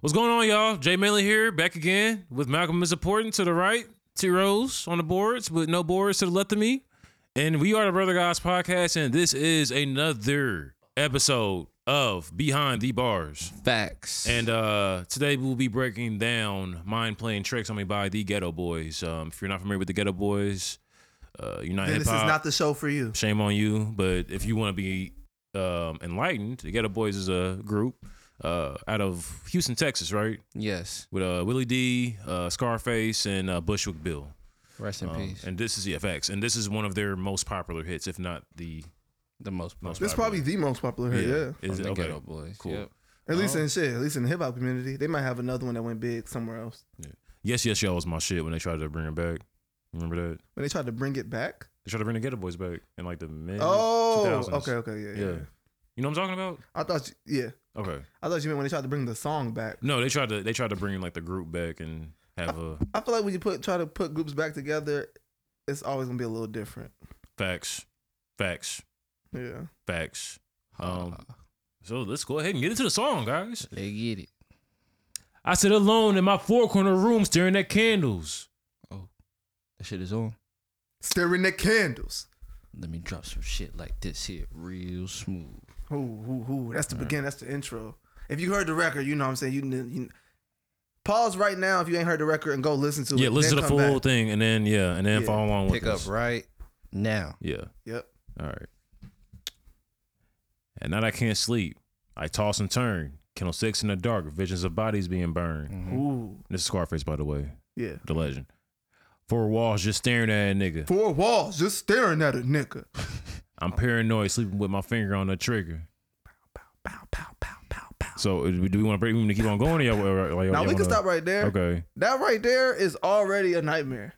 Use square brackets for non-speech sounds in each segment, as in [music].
What's going on, y'all? Jay Malin here, back again with Malcolm is important to the right, T Rose on the boards, with no boards to the left of me. And we are the Brother Guys podcast, and this is another episode of Behind the Bars. Facts. And uh, today we'll be breaking down Mind Playing Tricks on Me by the Ghetto Boys. Um, if you're not familiar with the Ghetto Boys, uh, you're not Then hip this is hop. not the show for you. shame on you. But if you want to be um, enlightened, the Ghetto Boys is a group uh, out of Houston, Texas, right? yes. With uh, Willie D, uh, Scarface, and uh, Bushwick Bill. Rest in Um, peace. and this is EFX, and this is one of their most popular hits, if not the The most most. This is probably the most popular hit, Uh, yeah. Oh, Is it, the okay. ghetto boys. Cool. Yep. At least in shit, at least in the hip hop community, they might have another one that went big somewhere else. Yes, yes, y'all was my shit when they tried to bring it back. Remember that When they tried to bring it back. they tried to bring the Ghetto Boys back in like the mid. oh, 2000s. okay, okay, yeah, yeah, Yeah. You know what I'm talking about? I thought, you, yeah, Okay. I thought you meant when they tried to bring the song back. No, they tried to they tried to bring like the group back and have uh, a I feel like when you put try to put groups back together, it's always gonna be a little different. facts, facts, Yeah, facts. Um, Ah, so let's go ahead and get into the song, guys. they get it. I sit alone in my four corner room staring at candles. That shit is on. staring at candles. Let me drop some shit like this here, real smooth. Ooh, ooh, ooh. That's the beginning. That's the intro. If you heard the record, you know what I'm saying. You, you pause right now if you ain't heard the record and go listen to it. Yeah, listen to then the come full back. thing and then yeah, and then Yeah. follow along with Pick up this. right now. Yeah. Yep. All right. At night I can't sleep. I toss and turn. Kennel six in the dark. Visions of bodies being burned. Mm-hmm. Ooh, This is Scarface, by the way, yeah. the legend. Four walls just staring at a nigga. Four walls just staring at a nigga. I'm paranoid, sleeping with my finger on the trigger. Pow, pow, pow, pow, pow. So uh, do we want to break? We want to keep on going? Or y'all, or, like, Now y'all we can wanna- stop right there. Okay. That right there is already a nightmare.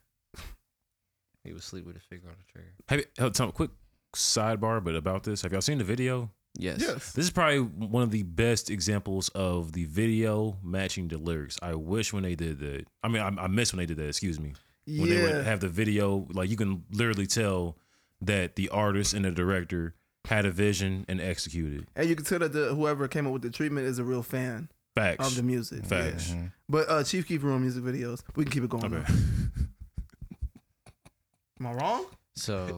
He was sleep with his finger on the trigger. Have you, uh, Tom, quick sidebar, but about this, have y'all seen the video? Yes. Yes. This is probably one of the best examples of the video matching the lyrics. I wish when they did that. I mean, I, I miss when they did that. Excuse me. when they would Yeah. have the video like you can literally tell that the artist and the director had a vision and executed And you can tell that the, whoever came up with the treatment is a real fan of facts the music. Yeah. facts Mm-hmm. But uh, Chief Keef Room music videos. We can keep it going. okay though. Am I wrong? [laughs] So,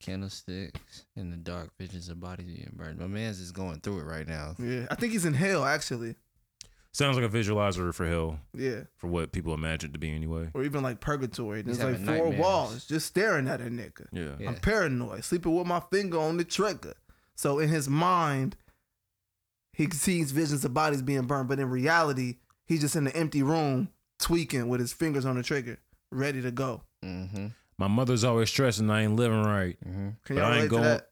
candlesticks in the dark, visions of bodies being burned. My man's is going through it right now. Yeah. I think he's in hell, actually. [laughs] sounds like a visualizer for hell Yeah. for what people imagine it to be anyway Or even like purgatory. There's He's like having four nightmares. walls just staring at a nigga. yeah, Yeah. I'm paranoid, sleeping with my finger on the trigger. So in his mind, he sees visions of bodies being burned, but in reality, he's just in the empty room tweaking with his fingers on the trigger, ready to go. Mm-hmm. my mother's always stressing i ain't living right Mm-hmm. But Can y'all I ain't relate going- to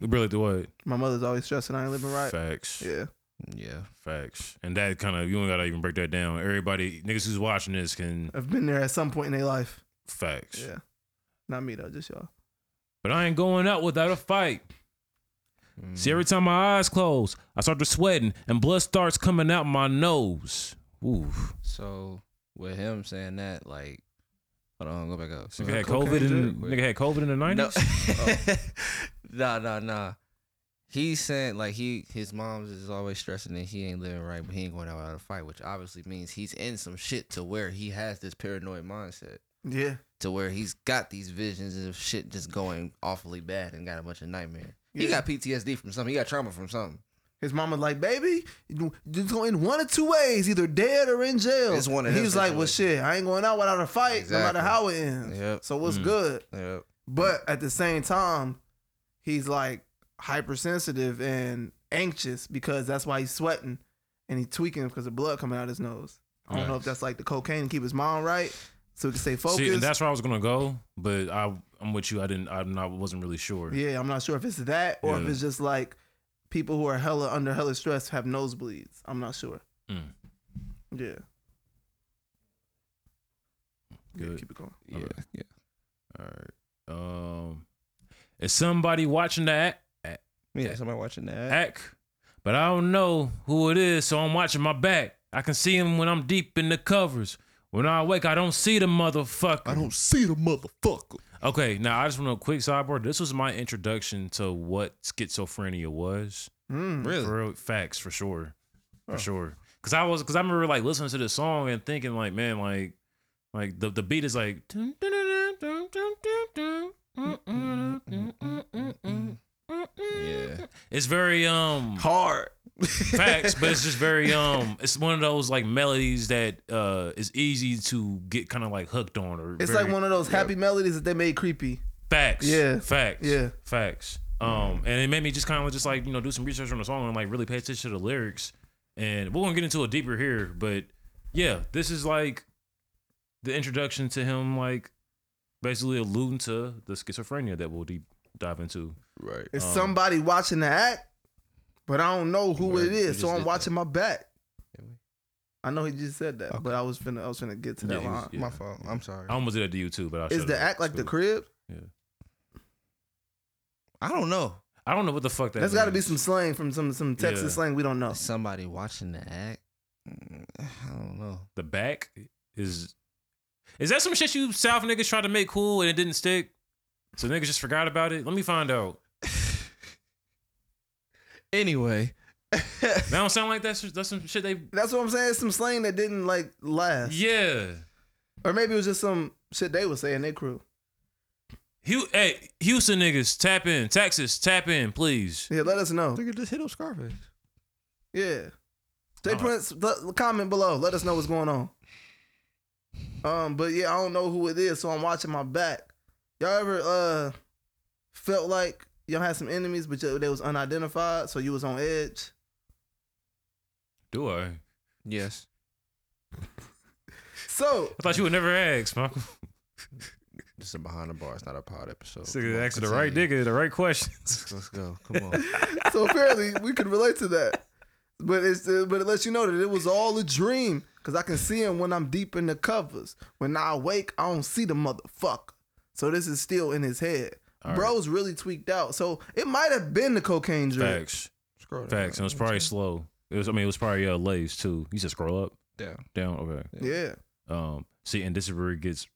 that? really do what My mother's always stressing I ain't living right. facts Yeah. Yeah. facts and that kind of you don't gotta even break that down everybody niggas who's watching this can I've been there at some point in their life. facts Yeah. Not me though, just y'all. but i ain't going out without a fight See, Mm-hmm. every time my eyes close, I start to sweating and blood starts coming out my nose. Ooh. So, with him saying that, like, hold on, go back up. Nigga had cocaine COVID in drug? nigga had COVID in the [laughs] nineties. Oh. No, no, no. He said like he his mom's is always stressing that he ain't living right, but he ain't going out without a fight, which obviously means he's in some shit to where he has this paranoid mindset, Yeah. to where he's got these visions of shit just going awfully bad and got a bunch of nightmares. He Yeah. got PTSD from something. He got trauma from something. His mama's like, baby, you- it's going in one of two ways, either dead or in jail. It's one of He's them like, well, situations. shit, I ain't going out without a fight, no matter Exactly. how it ends. Yep. So what's Mm. good? Yep. But at the same time, he's like hypersensitive and anxious because that's why he's sweating and he's tweaking because the blood coming out his nose. I don't know if that's like the cocaine to keep his mind right so he can stay focused. See, and that's where I was gonna go, but I I'm with you. I didn't I'm not wasn't really sure. yeah, I'm not sure if it's that or if Yeah. it's just like people who are hella under hella stress have nosebleeds. I'm not sure. Mm. Yeah. Yeah, Good. keep it going. Yeah. Okay. Yeah. All right. Um is somebody watching that act, Yeah. Somebody watching that. act? But I don't know who it is, so I'm watching my back. I can see him when I'm deep in the covers. When I wake, I don't see the motherfucker. see the motherfucker. Okay, now I just want a quick sidebar. This was my introduction to what schizophrenia was. Mm. Really? For real, facts, for sure, for Oh. sure. Cause I was, cause I remember like listening to this song and thinking like, man, like, like the, the beat is like, dun, dun, dun, dun, dun, dun, dun, dun, dun, dun, dun, dun, dun, dun, dun. Yeah. It's very um Hard. facts, but it's just very um. It's one of those like melodies that uh is easy to get kind of like hooked on or. It's very- like one of those happy melodies that they made creepy. facts. Yeah. facts. Yeah. facts. Um, and it made me just kind of just like you know do some research on the song and like really pay attention to the lyrics. And we're gonna get into it deeper here, but yeah, this is like the introduction to him, like basically alluding to the schizophrenia that we'll deep dive into. Right. It's Um, somebody watching the act, but I don't know who Right, it we is, so just I'm did watching my back. Did we? I know he just said that, but I was finna I was finna get to Yeah, that he was- line. yeah. My fault. I'm sorry. I almost did that to you too, but I Is shut the up. act like It's the cool. crib? I don't know. I don't know what the fuck that. That's got to be means. some slang from some some Texas Yeah. slang we don't know. Somebody watching the act. Mm, I don't know. the back is is that some shit you South niggas tried to make cool and it didn't stick? So niggas just forgot about it. Let me find out. Anyway. That don't sound like that's that's some shit they. That's what I'm saying. It's some slang that didn't like last, Yeah, or maybe it was just some shit they would say in their crew. Hu- hey Houston niggas, tap in. Texas, tap in, please. Yeah, let us know. Look at this hit up Scarface. Yeah, Jay All right. Prince, let- comment below. Let us know what's going on. Um, but yeah, I don't know who it is, so I'm watching my back. Y'all ever uh felt like y'all had some enemies, but y- they was unidentified, so you was on edge? Do I? I Yes. So thought you would never ask, [laughs] Michael. This is a behind the bars, not a pod episode. Come Niggas on, asking the right continue. nigga the right [laughs] questions. Let's go. Come [laughs] on. so apparently we can relate to that. But it's uh, but it lets you know that it was all a dream because I can see him when I'm deep in the covers. When I wake, I don't see the motherfucker. So this is still in his head. All right. Bro's really tweaked out. So it might have been the cocaine drink. Facts, Scroll down. facts, and it was probably slow. It was, I mean, it was probably uh, Lays too. You said scroll up, down. down, okay. Yeah. Um, see, and this is where it gets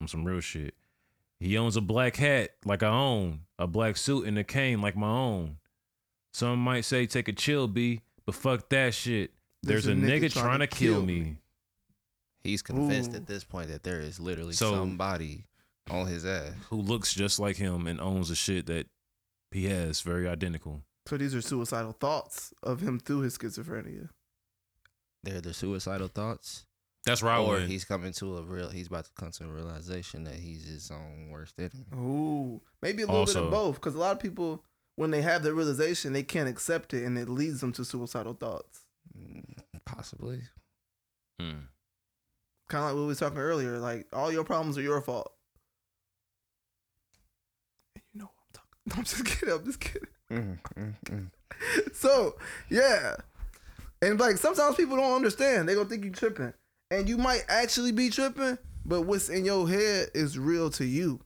on some real shit. He owns a black hat like I own, a black suit and a cane like my own. Some might say take a chill, B, but fuck that shit. There's, a, nigga, trying to kill, me. He's convinced Ooh. at this point that there is literally So- somebody on his ass. who looks just like him and owns the shit that he has, very identical. So these are suicidal thoughts of him through his schizophrenia. They're the suicidal thoughts. That's right. or he's coming to a real he's about to come to a realization that he's his own worst enemy. Ooh. Maybe a little bit Also- of both because a lot of people, when they have the realization, they can't accept it and it leads them to suicidal thoughts. Mm, Possibly. Hmm. kind of like what we was talking earlier. Like all your problems are your fault. And you know what I'm talking. [laughs] I'm just kidding. I'm just kidding. [laughs] Mm, mm, mm. So yeah, and like sometimes people don't understand. They gonna think you tripping, and you might actually be tripping, but what's in your head is real to you.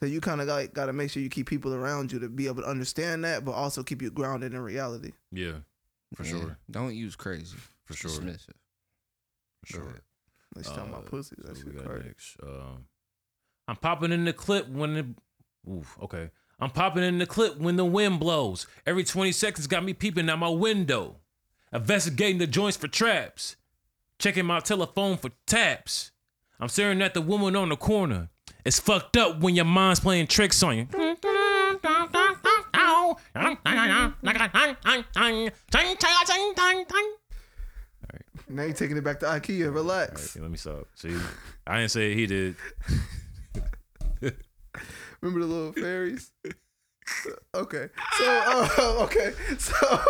So you kind of like got to make sure you keep people around you to be able to understand that, but also keep you grounded in reality. Yeah, for Yeah. sure, Don't use crazy. for sure, Dismissive. for sure. Let's talk Uh, about pussy. That So shit we got crazy. next. Um, I'm popping in the clip when the. Oof, okay. I'm popping in the clip when the wind blows. Every 20 seconds got me peeping out my window. Investigating the joints for traps. Checking my telephone for taps. I'm staring at the woman on the corner. It's fucked up when your mind's playing tricks on you. Now you're taking it back to IKEA. Relax. Hey, let me stop. See, I didn't say he did. Remember the [laughs] little fairies? Uh, okay. So uh, [laughs] okay. So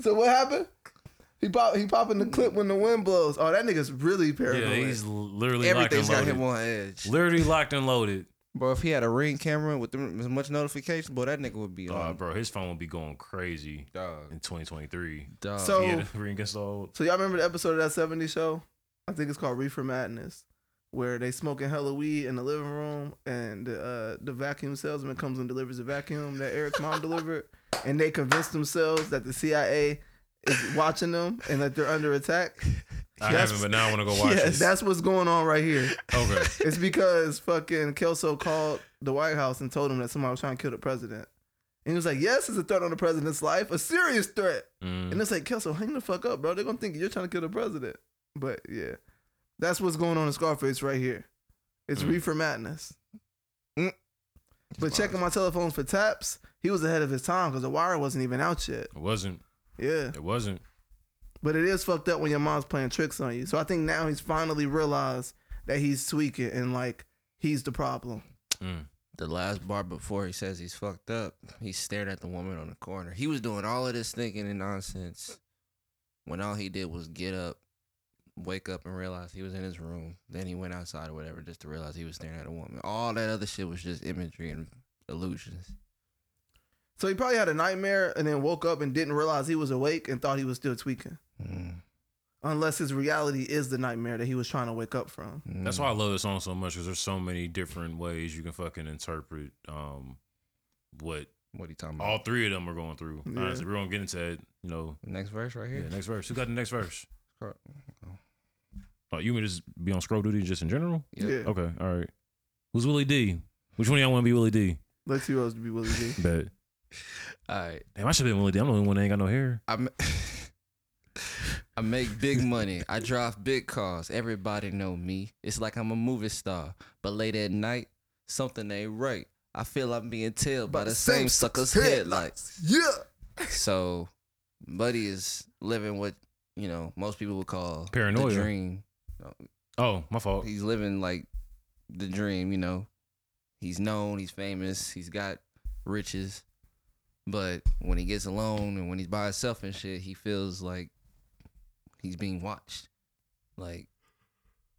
So what happened? He pop he popping the clip when the wind blows. Oh, that nigga's really paranoid. Yeah, he's literally Everything's locked got and him loaded. on edge. Literally locked and loaded. Bro, if he had a ring camera with them, as much notification, boy, that nigga would be Dog, on. bro, his phone would be going crazy Dog. in 2023. Dog. So- He had [laughs] a ring installed. so y'all remember the episode of that 70 show? I think it's called Reefer Madness, where they smoking hella weed in the living room and uh, the vacuum salesman comes and delivers a vacuum that Eric's mom delivered, and they convince themselves that the CIA is watching them and that they're under attack. I Yes. haven't, but now I [laughs] want to go watch Yes. it. That's what's going on right here. Okay. [laughs] It's because fucking Kelso called the White House and told him that somebody was trying to kill the president. And he was like, yes, it's a threat on the president's life, a serious threat. Mm. And it's like, Kelso, hang the fuck up, bro. They're gonna think you're trying to kill the president. But yeah, that's what's going on in Scarface right here. It's Mm. reefer madness. Mm. But checking my telephones for taps, he was ahead of his time because the wire wasn't even out yet. It wasn't. Yeah, It wasn't. but it is fucked up when your mom's playing tricks on you. So I think now he's finally realized that he's tweaking and like he's the problem. Mm. the last bar before he says he's fucked up, he stared at the woman on the corner. He was doing all of this thinking and nonsense when all he did was get up, wake up, and realize he was in his room. Then he went outside or whatever just to realize he was staring at a woman. All that other shit was just imagery and illusions. So he probably had a nightmare and then woke up and didn't realize he was awake and thought he was still tweaking. Mm, Unless his reality is the nightmare that he was trying to wake up from. mm. That's why I love this song so much because there's so many different ways you can fucking interpret um what What are you talking about? all three of them are going through. Yeah. Honestly, we're gonna get into that. You know, Next verse right yeah, here. next verse. Who got the next verse? Scroll- Oh, you want me to just be on scroll duty just in general? Yep. Yeah, Okay, all right. Who's Willie D? Which one of y'all want to be Willie D? let's see to be Willie D. Bet. All right. Damn, I should have been Willie D. I'm the only one that ain't got no hair. I, m- [laughs] I make big money. I drive big cars. Everybody know me. It's like I'm a movie star. But late at night, something ain't right. I feel I'm being tailed [laughs] by, the same sucker's headlights. Yeah. So, Buddy is living what you know most people would call the Paranoia. dream. Oh, my fault. He's living like the dream. You know, he's known. He's famous. He's got riches. But when he gets alone and when he's by himself and shit, he feels like he's being watched. Like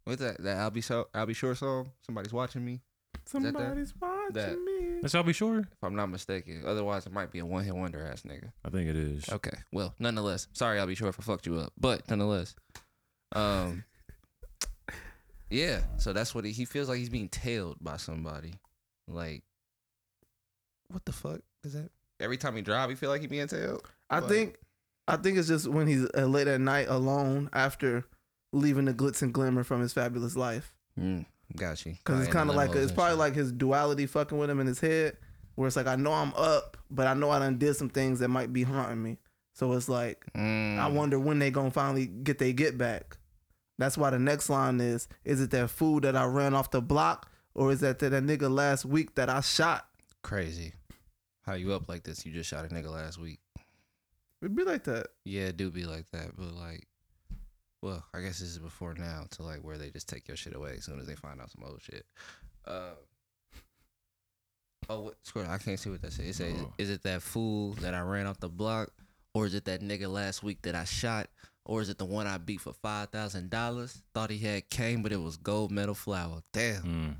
what's that? That I'll be so I'll be sure song. Somebody's watching me. that- Somebody's watching that- me. That's I'll be sure. If I'm not mistaken. Otherwise, it might be a one hit wonder ass nigga. I think it is. Okay. Well, nonetheless, sorry I'll be sure if I fucked you up, but nonetheless, um, yeah. So that's what he, he feels like. He's being tailed by somebody. Like, what the fuck is that? Every time he drive, he feel like he being tailed. I But- think, I think it's just when he's uh, late at night alone after leaving the glitz and glimmer from his fabulous life. Mm, got you. Because it's Buying kind the of like limos it's and probably shit. like his duality fucking with him in his head, where it's like I know I'm up, but I know I done did some things that might be haunting me. So it's like Mm, I wonder when they gonna finally get they get back. That's why the next line is: Is it that fool that I ran off the block, or is that that nigga last week that I shot? crazy. How you up like this? You just shot a nigga last week. It'd be like that. Yeah, it do be like that, but like, well, I guess this is before now to like where they just take your shit away as soon as they find out some old shit. Uh, oh, what, screw it, I can't see what that says. It says, Oh. "Is it that fool that I ran off the block, or is it that nigga last week that I shot, or is it the one I beat for five thousand dollars? Thought he had cane, but it was gold medal flower. Damn, Mm.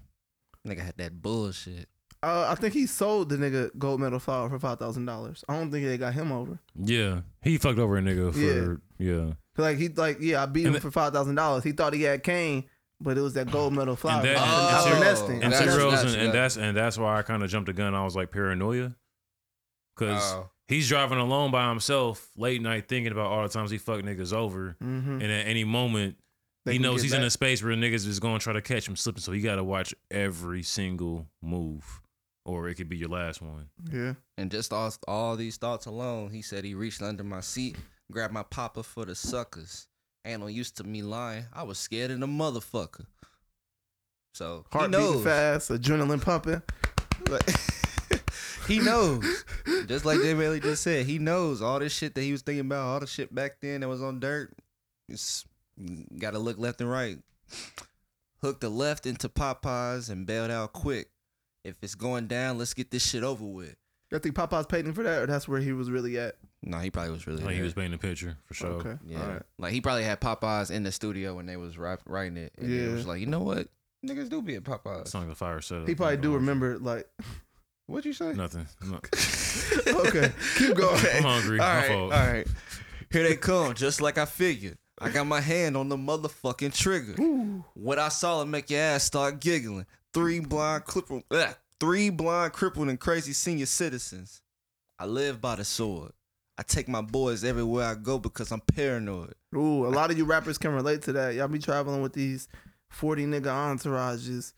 nigga had that bullshit. Uh, I think he sold the nigga gold medal flower for five thousand dollars. I don't think they got him over. Yeah, he fucked over a nigga for yeah. 'Cause, Like he like yeah, I beat And him the- for five thousand dollars. He thought he had Kane, but it was that gold medal flower. that- Oh. That's and- the next thing. And Gotcha, T Rose, and, gotcha, and gotcha. that's and that's why I kind of jumped the gun. I was like paranoia, because he's driving alone by himself late night, thinking about all the times he fucked niggas over, Mm-hmm. Mhm. and at any moment They he can knows get he's in a back. space where niggas is going to try to catch him slipping, so he got to watch every single move, or it could be your last one. yeah. And just all, all these thoughts alone, he said he reached under my seat, grabbed my popper for the suckers. Ain't no used to me lying. I was scared of the motherfucker. So Heart he beating knows. [laughs] fast, adrenaline pumping. he knows. Just like Jay Bailey just said, he knows all this shit that he was thinking about, all the shit back then that was on dirt. It's gotta look left and right. Hooked the left into Popeyes and bailed out quick. If it's going down, let's get this shit over with. I think Popeye's paid him for that, or that's where he was really at. No, he probably was really. Like Oh, he there. was painting a picture for sure. Okay. Yeah. All right. Like he probably had Popeyes in the studio when they was rap- writing it. And yeah. it Yeah. was like, you know what? Niggas do be at Popeyes. It's not a fire setup. He probably do remember like What'd you say? [laughs] nothing. I'm not- [laughs] Okay, keep going. I'm [laughs] hungry. All My right. All fault. right. Here they come, just like I figured. I got my hand on the motherfucking trigger. What I saw would make your ass start giggling. Three blind crippled, ugh, three blind crippled and crazy senior citizens. I live by the sword. I take my boys everywhere I go because I'm paranoid. Ooh, a lot of you rappers can relate to that. Y'all be traveling with these 40 nigga entourages,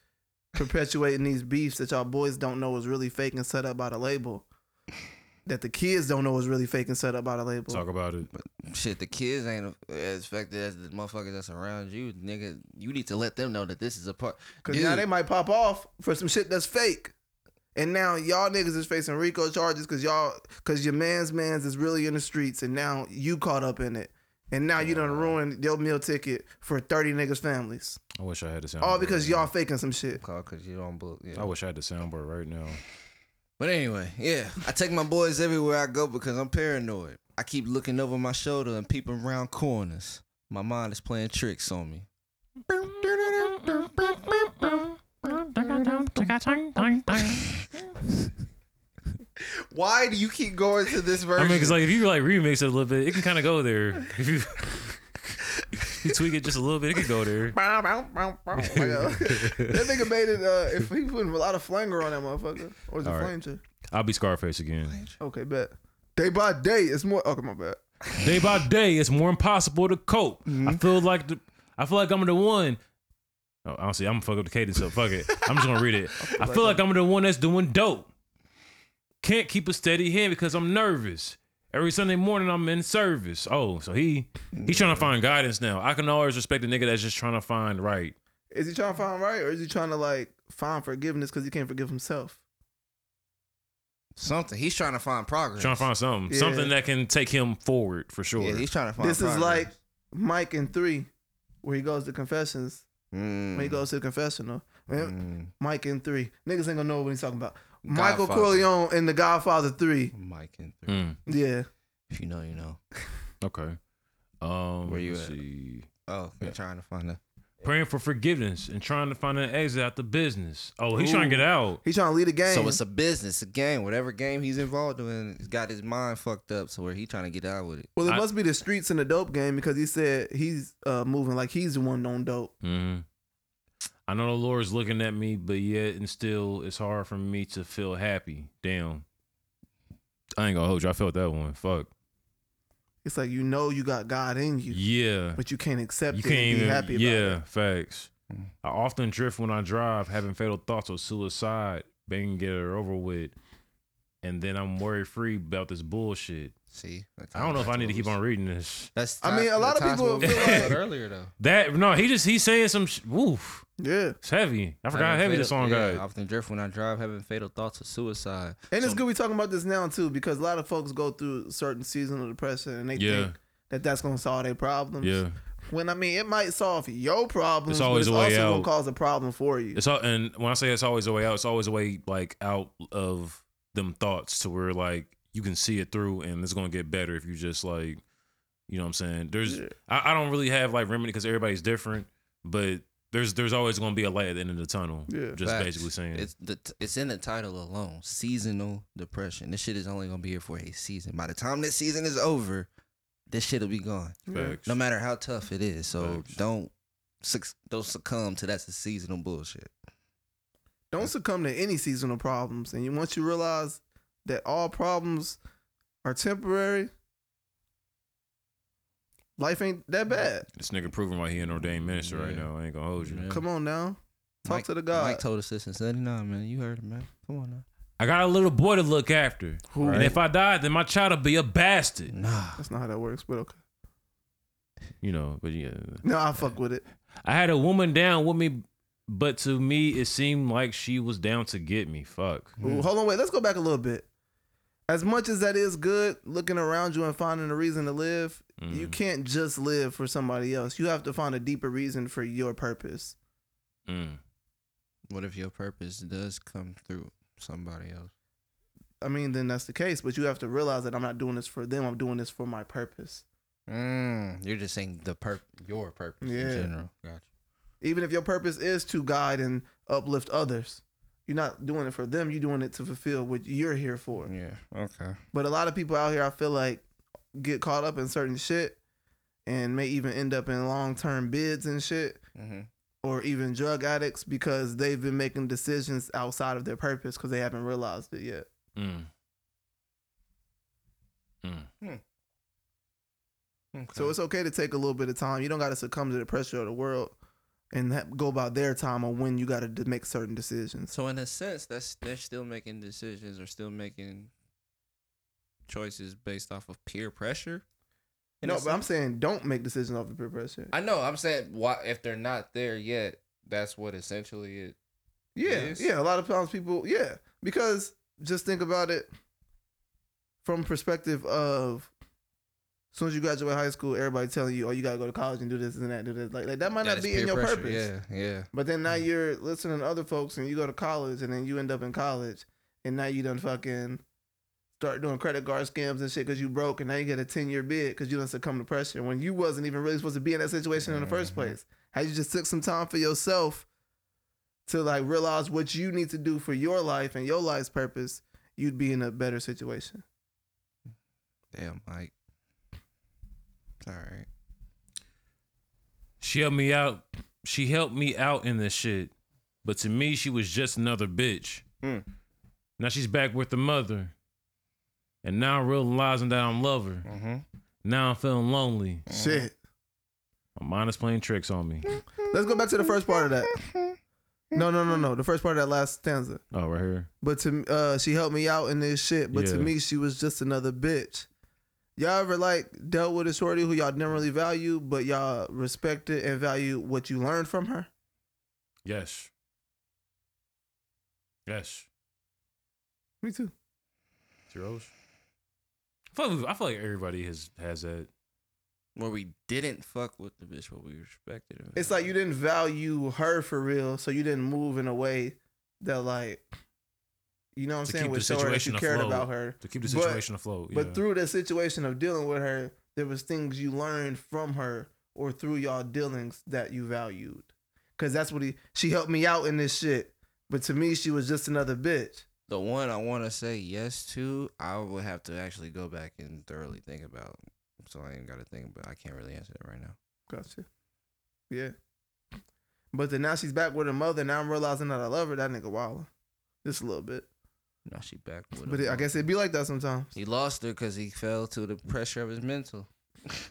perpetuating these beefs that y'all boys don't know is really fake and set up by the label. that the kids don't know is really fake and set up by the label. Talk about it. Shit, the kids ain't as affected as the motherfuckers that's around you, nigga. You need to let them know that this is a part. Cause now Dude. they might pop off for some shit that's fake. And now y'all niggas is facing Rico charges cause y'all cause your man's man's is really in the streets and now you caught up in it. And now you done ruined your meal ticket for 30 niggas' families. I wish I had the soundboard. All because right now. y'all faking some shit. Call because you don't book. Yeah. I wish I had the soundboard right now. But anyway, yeah, I take my boys everywhere I go because I'm paranoid. I keep looking over my shoulder and peeping around corners. My mind is playing tricks on me. Why do you keep going to this version? I mean, cause like if you like remix it a little bit, it can kind of go there. If [laughs] you, [laughs] you tweak it just a little bit, it could go there. Bow, bow, bow, bow. [laughs] Like, uh, that nigga made it uh if he put a lot of flanger on that motherfucker. Or is it All right. flame shit? I'll be Scarface again. Okay, bet. Day by day, it's more okay, my bad. Day by day, it's more impossible to cope. I feel like the, I feel like I'm the one. Oh, honestly, I'm gonna fuck up the cadence, so fuck it. I'm just gonna read it. I feel like I'm the one that's doing dope. Can't keep a steady hand because I'm nervous. Every Sunday morning, I'm in service. Oh, so he he's trying to find guidance now. I can always respect a nigga that's just trying to find right. Is he trying to find right or is he trying to like find forgiveness because he can't forgive himself? Something. He's trying to find progress. Trying to find something, Yeah. something that can take him forward for sure. Yeah, he's trying to find. this is progress. like Mike in three, where he goes to confessions. Mm. When he goes to the confessional, Man, Mm. Mike in three, niggas ain't gonna know what he's talking about. Michael Godfather. Corleone in The Godfather three. Mike and three. Mm, Yeah, If you know, you know. okay. Um, Where you let's at? see. Oh, you're trying to find a. praying for forgiveness and trying to find an exit out the business. Oh, he's trying to get out. he's trying to lead a game. So it's a business, a game, whatever game he's involved in. He's got his mind fucked up, so where he trying to get out with it. well, it I- must be the streets and the dope game because he said he's uh, moving like he's the one on dope. Mhm. I know the Lord's looking at me, but yet and still, it's hard for me to feel happy. Damn. I ain't gonna hold you. I felt that one. Fuck. It's like you know you got God in you, Yeah. but you can't accept You it and can't be even. happy about yeah. it. Facts. Mm. I often drift when I drive, having fatal thoughts of suicide, begging to get her over with, and then I'm worry free about this bullshit. See, That's I don't know if I need to keep what on reading this. That's I mean, a lot of people feel [laughs] like- earlier though. That no, he just he's saying some. Sh- woof. Yeah, It's heavy. I forgot how Having heavy fatal- the song yeah, I got. often drift when I drive, having fatal thoughts of suicide. and it's So- good we talking about this now too because a lot of folks go through certain seasonal depression and they Yeah. think that that's gonna solve their problems. Yeah, When I mean, it might solve your problems. It's but always it's a way also out. gonna cause a problem for you. it's all. And when I say it's always a way out, it's always a way like out of them thoughts to where like you can see it through, and it's gonna get better if you just like, you know what I'm saying. There's Yeah. I, I don't really have like remedy because everybody's different, but there's there's always gonna be a light at the end of the tunnel. Yeah. just Facts. basically saying It's the t- it's in the title alone. Seasonal depression. This shit is only gonna be here for a season. By the time this season is over, this shit'll be gone. facts. No matter how tough it is. So Facts. don't suc- don't succumb to that's the seasonal bullshit. Don't succumb to any seasonal problems. And you, once you realize that all problems are temporary, life ain't that bad. This nigga proving why he an ordained minister right Yeah. now. I ain't gonna hold you. Yeah. Come on now. Talk Mike- to the God. Mike told us this in '79, man. You heard it, man. Come on now. I got a little boy to look after, Right. and if I die, then my child'll be a [laughs] bastard. Nah. That's not how that works, but okay. You know, but yeah. No, I fuck with it. I had a woman down with me, but to me it seemed like she was down to get me. Fuck. Ooh, hold on, wait. Let's go back a little bit. As much as that is good, looking around you and finding a reason to live, Mm, Mm-hmm. you can't just live for somebody else. You have to find a deeper reason for your purpose. Mm. What if your purpose does come through somebody else? I mean, then that's the case, but you have to realize that I'm not doing this for them. I'm doing this for my purpose. Mm, you're just saying the perp your purpose in Yeah. general. Gotcha. even if your purpose is to guide and uplift others you're not doing it for them you're doing it to fulfill what you're here for Yeah. Okay. but a lot of people out here i feel like get caught up in certain shit and may even end up in long-term bids and shit Mm-hmm. or even drug addicts because they've been making decisions outside of their purpose because they haven't realized it yet Mm. Mm. Okay. so it's okay to take a little bit of time you don't got to succumb to the pressure of the world and that, go about their time on when you got to make certain decisions so in a sense, that's they're still making decisions or still making choices based off of peer pressure. in no, a but I'm sense. saying don't make decisions off of peer pressure. I know. I'm saying why if they're not there yet, that's what essentially it. Yeah, Yes. yeah. A lot of times people, yeah, because just think about it from perspective of as soon as you graduate high school, everybody telling you, "Oh, you gotta go to college and do this and that, do this." Like, like that might that not is be peer in your pressure. purpose. Yeah, yeah. But then now you're listening to other folks, and you go to college, and then you end up in college, and now you done fucking start doing credit card scams and shit because you broke, and now you get a ten year bid because you done succumb to pressure when you wasn't even really supposed to be in that situation in the first Mhm. place. How you just took some time for yourself to like realize what you need to do for your life and your life's purpose, you'd be in a better situation. Damn, Mike. All right. She helped me out. She helped me out in this shit. But to me, she was just another bitch. Mm. Now she's back with the mother. And now I'm realizing that I'm love her. Mm-hmm. Now I'm feeling lonely. Shit. My mind is playing tricks on me. Let's go back to the first part of that. No, no, no, no. The first part of that last stanza. Oh, right here. But to m- uh, she helped me out in this shit. But to Yeah. me, she was just another bitch. Y'all ever like dealt with a shorty who y'all didn't really value, but y'all respected and value what you learned from her? Yes. Yes. Me too. Zeros. I feel, like, I feel like everybody has has that. Where we didn't fuck with the bitch, but we respected her. It's like you didn't value her for real, so you didn't move in a way that like, you know what I'm To saying, keep would the show her that you situation cared afloat. about her. to keep the But- situation afloat. But yeah. through the situation of dealing with her, there was things you learned from her or through y'all dealings that you valued. Cause that's what he she helped me out in this shit. But to me, she was just another bitch. the one I want to say yes to. I would have to actually go back and thoroughly think about. So I ain't got to think about. I can't really answer that right now. Gotcha. Yeah. But then now she's back with her mother. Now I'm realizing that I love her. That nigga wildin'. Just a little bit. Now she back with. But him. it, I guess it'd be like that sometimes. he lost her because he fell to the pressure of his mental.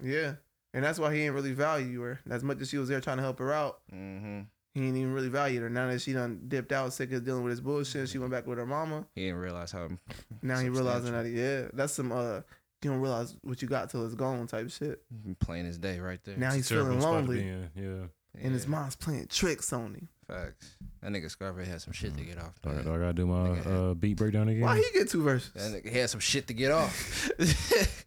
Yeah. And that's why he ain't really value her. As much as she was there trying to help her out, Mm-hmm. he ain't even really valued her. Now that she done dipped out, sick of dealing with his bullshit, she went back with her mama. He didn't realize how. Now he realizing substantial. that yeah, that's some uh you don't realize what you got till it's gone type shit. Plain as day, right there. Now It's a he's terrible feeling spot to be lonely in, Yeah. and his Yeah, mom's playing tricks on him. Facts. That nigga Scarface had some shit to get off. All right, man. do I gotta do my Nigga. uh, beat breakdown again. Why he get two verses? That nigga had some shit to get off.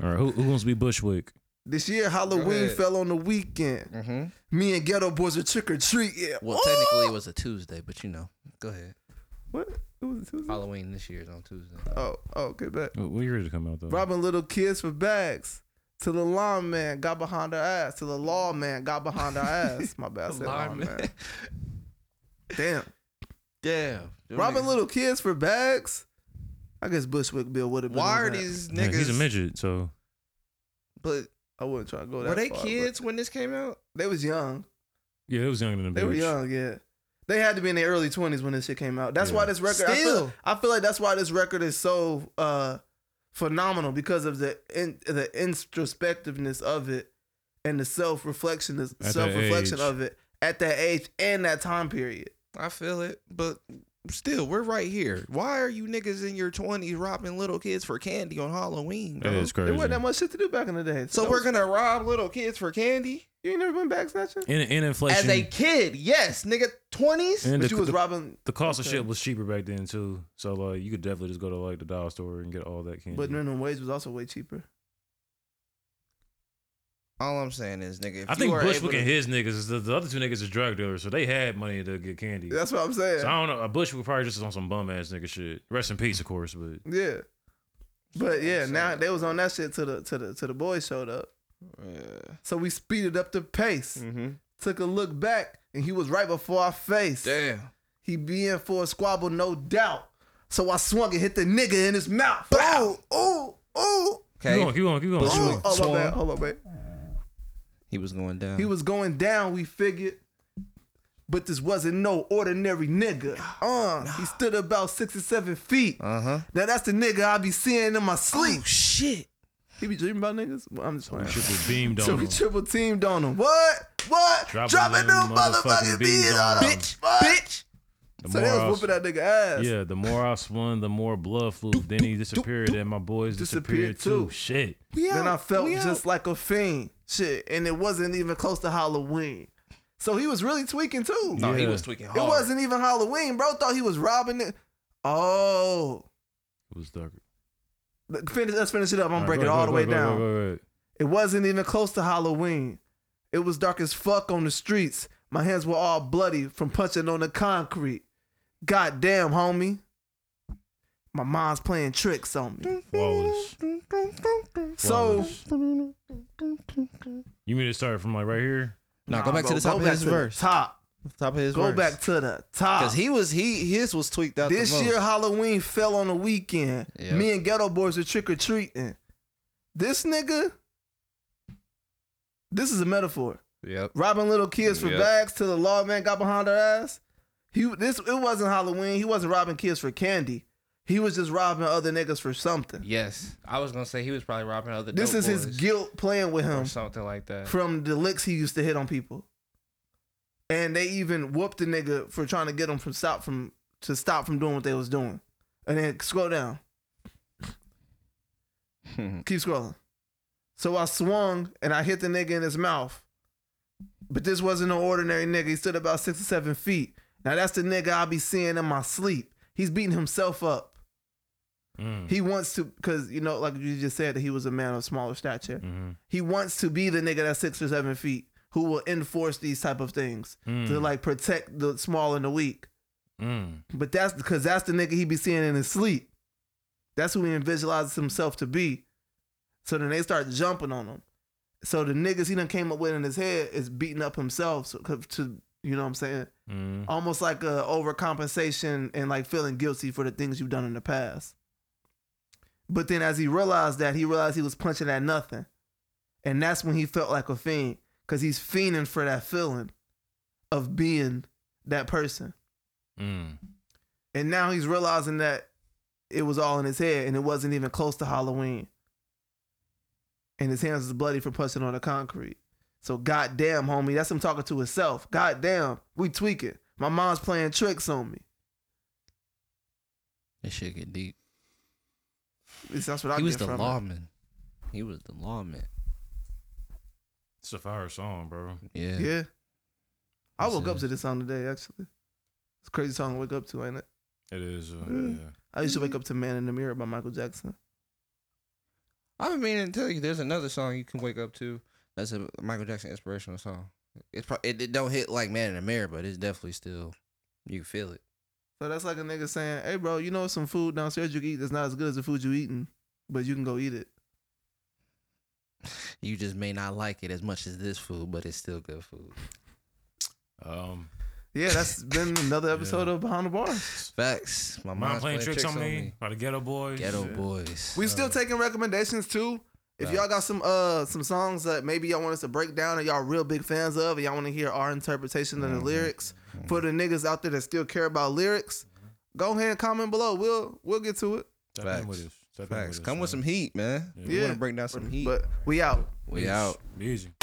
All right, who, who wants to be Bushwick? This year Halloween ahead. fell on the weekend. mm-hmm. Me and Ghetto Boys are trick or treating. Well, technically it was a Tuesday, but you know, go ahead. what? It was Tuesday. Halloween this year is on Tuesday. Oh, oh, okay, bet. What what year did it come out though? Robbing little kids for bags. To the lawman got behind her ass. To the lawman got behind her ass. My bad. I said lawman. Damn. Damn. Them Robbing niggas- little kids for bags. I guess Bushwick Bill would have been. Why on are that. these Yeah, niggas? he's a midget, so But I wouldn't try to go that were they far, but kids when this came out? They was young. yeah, it was younger than a They bitch. were young, yeah. They had to be in their early twenties when this shit came out. That's why Yeah. this record. I feel, Still. I feel like that's why this record is so uh, phenomenal because of the in, the introspectiveness of it and the self reflection, the that self reflection age. of it at that age and that time period. I feel it, but still, we're right here. Why are you niggas in your twenties robbing little kids for candy on Halloween? That bro? is There crazy. wasn't that much shit to do back in the day. So that we're was- gonna rob little kids for candy You ain't never been back snatching. in, in inflation, as a kid? Yes, nigga, twenties. and But the, you was the, robbing. the cost of okay. shit was cheaper back then too. So like, you could definitely just go to like the dollar store and get all that candy. But minimum wage was also way cheaper. All I'm saying is, nigga, if I you think are Bushwick able to- and his niggas, is the, the other two niggas is drug dealers, so they had money to get candy. That's what I'm saying. So I don't know. A Bushwick probably just on some bum ass nigga shit. Rest in peace, of course, but Yeah. But yeah, So- now they was on that shit till the till the till the boys showed up. Yeah. So we speeded up the pace. Mm-hmm. Took a look back, and he was right before our face. Damn. He be in for a squabble, no doubt. So I swung and hit the nigga in his mouth. Oh, oh, oh, keep Okay. going, keep going, keep going. Bushwick- Keep going. oh. Oh, Swung. my bad. Hold on, man. He was going down. He was going down, we figured. But this wasn't no ordinary nigga. Uh, he stood about six or seven feet. Uh huh. Now that's the nigga I be seeing in my sleep. Oh, shit. Oh, He be dreaming about niggas? Well, I'm just playing. Triple beamed So on we him. triple teamed on him. What? What? Dropping Dropping them them motherfucking beans on him. them. What? Bitch. The more So they I was was- whooping that nigga ass. yeah, the more I spun, the more blood flew. Then he disappeared, and my boys disappeared, Disappeared too. too. Shit. We Then out, I felt we just out. like a fiend. Shit. And it wasn't even close to Halloween. So he was really tweaking too. No, he Yeah. was tweaking hard. It wasn't even Halloween, bro. Thought he was robbing it. Oh. It was dark. Look, Finish, let's finish it up. I'm gonna Alright, break go it all ahead, the go way ahead, go ahead, down. go ahead, go ahead. It wasn't even close to Halloween. It was dark as fuck on the streets. My hands were all bloody from punching on the concrete. Goddamn, homie. My mom's playing tricks on me. Wallace. So Wallace. you mean to start from like right here? Nah, go Nah, back to bro, the top go of back his to the verse. Top. Top of his Go verse. back to the top. Because he was he his was tweaked out. the this most. year Halloween fell on a weekend. Yeah. Me and Ghetto Boys were trick or treating. This nigga, this is a metaphor. Yep. Robbing little kids for Yep. bags till the lawman got behind their ass. He this it wasn't Halloween. He wasn't robbing kids for candy. He was just robbing other niggas for something. Yes, I was gonna say he was probably robbing other. this dope is his boys guilt playing with or him something like that. from the licks he used to hit on people. And they even whooped the nigga for trying to get him from stop from to stop from doing what they was doing. And then scroll down. Keep scrolling. So I swung and I hit the nigga in his mouth. But this wasn't an ordinary nigga. He stood about six or seven feet. Now that's the nigga I be seeing in my sleep. He's beating himself up. Mm. He wants to, because, you know, like you just said, that he was a man of smaller stature. Mhm. He wants to be the nigga that's six or seven feet who will enforce these type of things Mm. to like protect the small and the weak. Mm. But that's because that's the nigga he be seeing in his sleep. That's who he visualizes himself to be. So then they start jumping on him. So the niggas he done came up with in his head is beating up himself so, to you know what I'm saying, Mm. almost like a overcompensation and like feeling guilty for the things you've done in the past. But then as he realized that, he realized he was punching at nothing, and that's when he felt like a fiend because he's fiending for that feeling of being that person. Mm. And now he's realizing that it was all in his head and it wasn't even close to Halloween. And his hands is bloody for punching on the concrete. So goddamn, homie, that's him talking to himself. Goddamn, we tweaking. My mom's playing tricks on me. This shit get deep. At least that's what I he get was the from it. lawman. He was the lawman. It's a fire song, bro. Yeah. Yeah. I That's woke up it. to this song today, actually. It's a crazy song to wake up to, ain't it? It is. Uh, Mm. yeah. I used to wake up to Man in the Mirror by Michael Jackson. I've been meaning to tell you. There's another song you can wake up to. That's a Michael Jackson inspirational song. It's pro- it, it don't hit like Man in the Mirror, but it's definitely still you can feel it. So that's like a nigga saying, hey, bro, you know some food downstairs you can eat that's not as good as the food you eating, but you can go eat it. You just may not like it as much as this food, but it's still good food. Um, Yeah, that's been another episode Yeah. of Behind the Bars. Facts. My Mind mom's playing tricks on me by the Ghetto Boys. Ghetto Yeah. boys. We still taking recommendations too. If y'all got some uh some songs that maybe y'all want us to break down and y'all real big fans of, and y'all want to hear our interpretation of the lyrics for the niggas out there that still care about lyrics, go ahead and comment below. We'll we'll get to it. Step Facts. in with us. Step in us, Facts. Come with man. some heat, man. Yeah. We Yeah. want to bring down some heat. But we out. we out. Easy.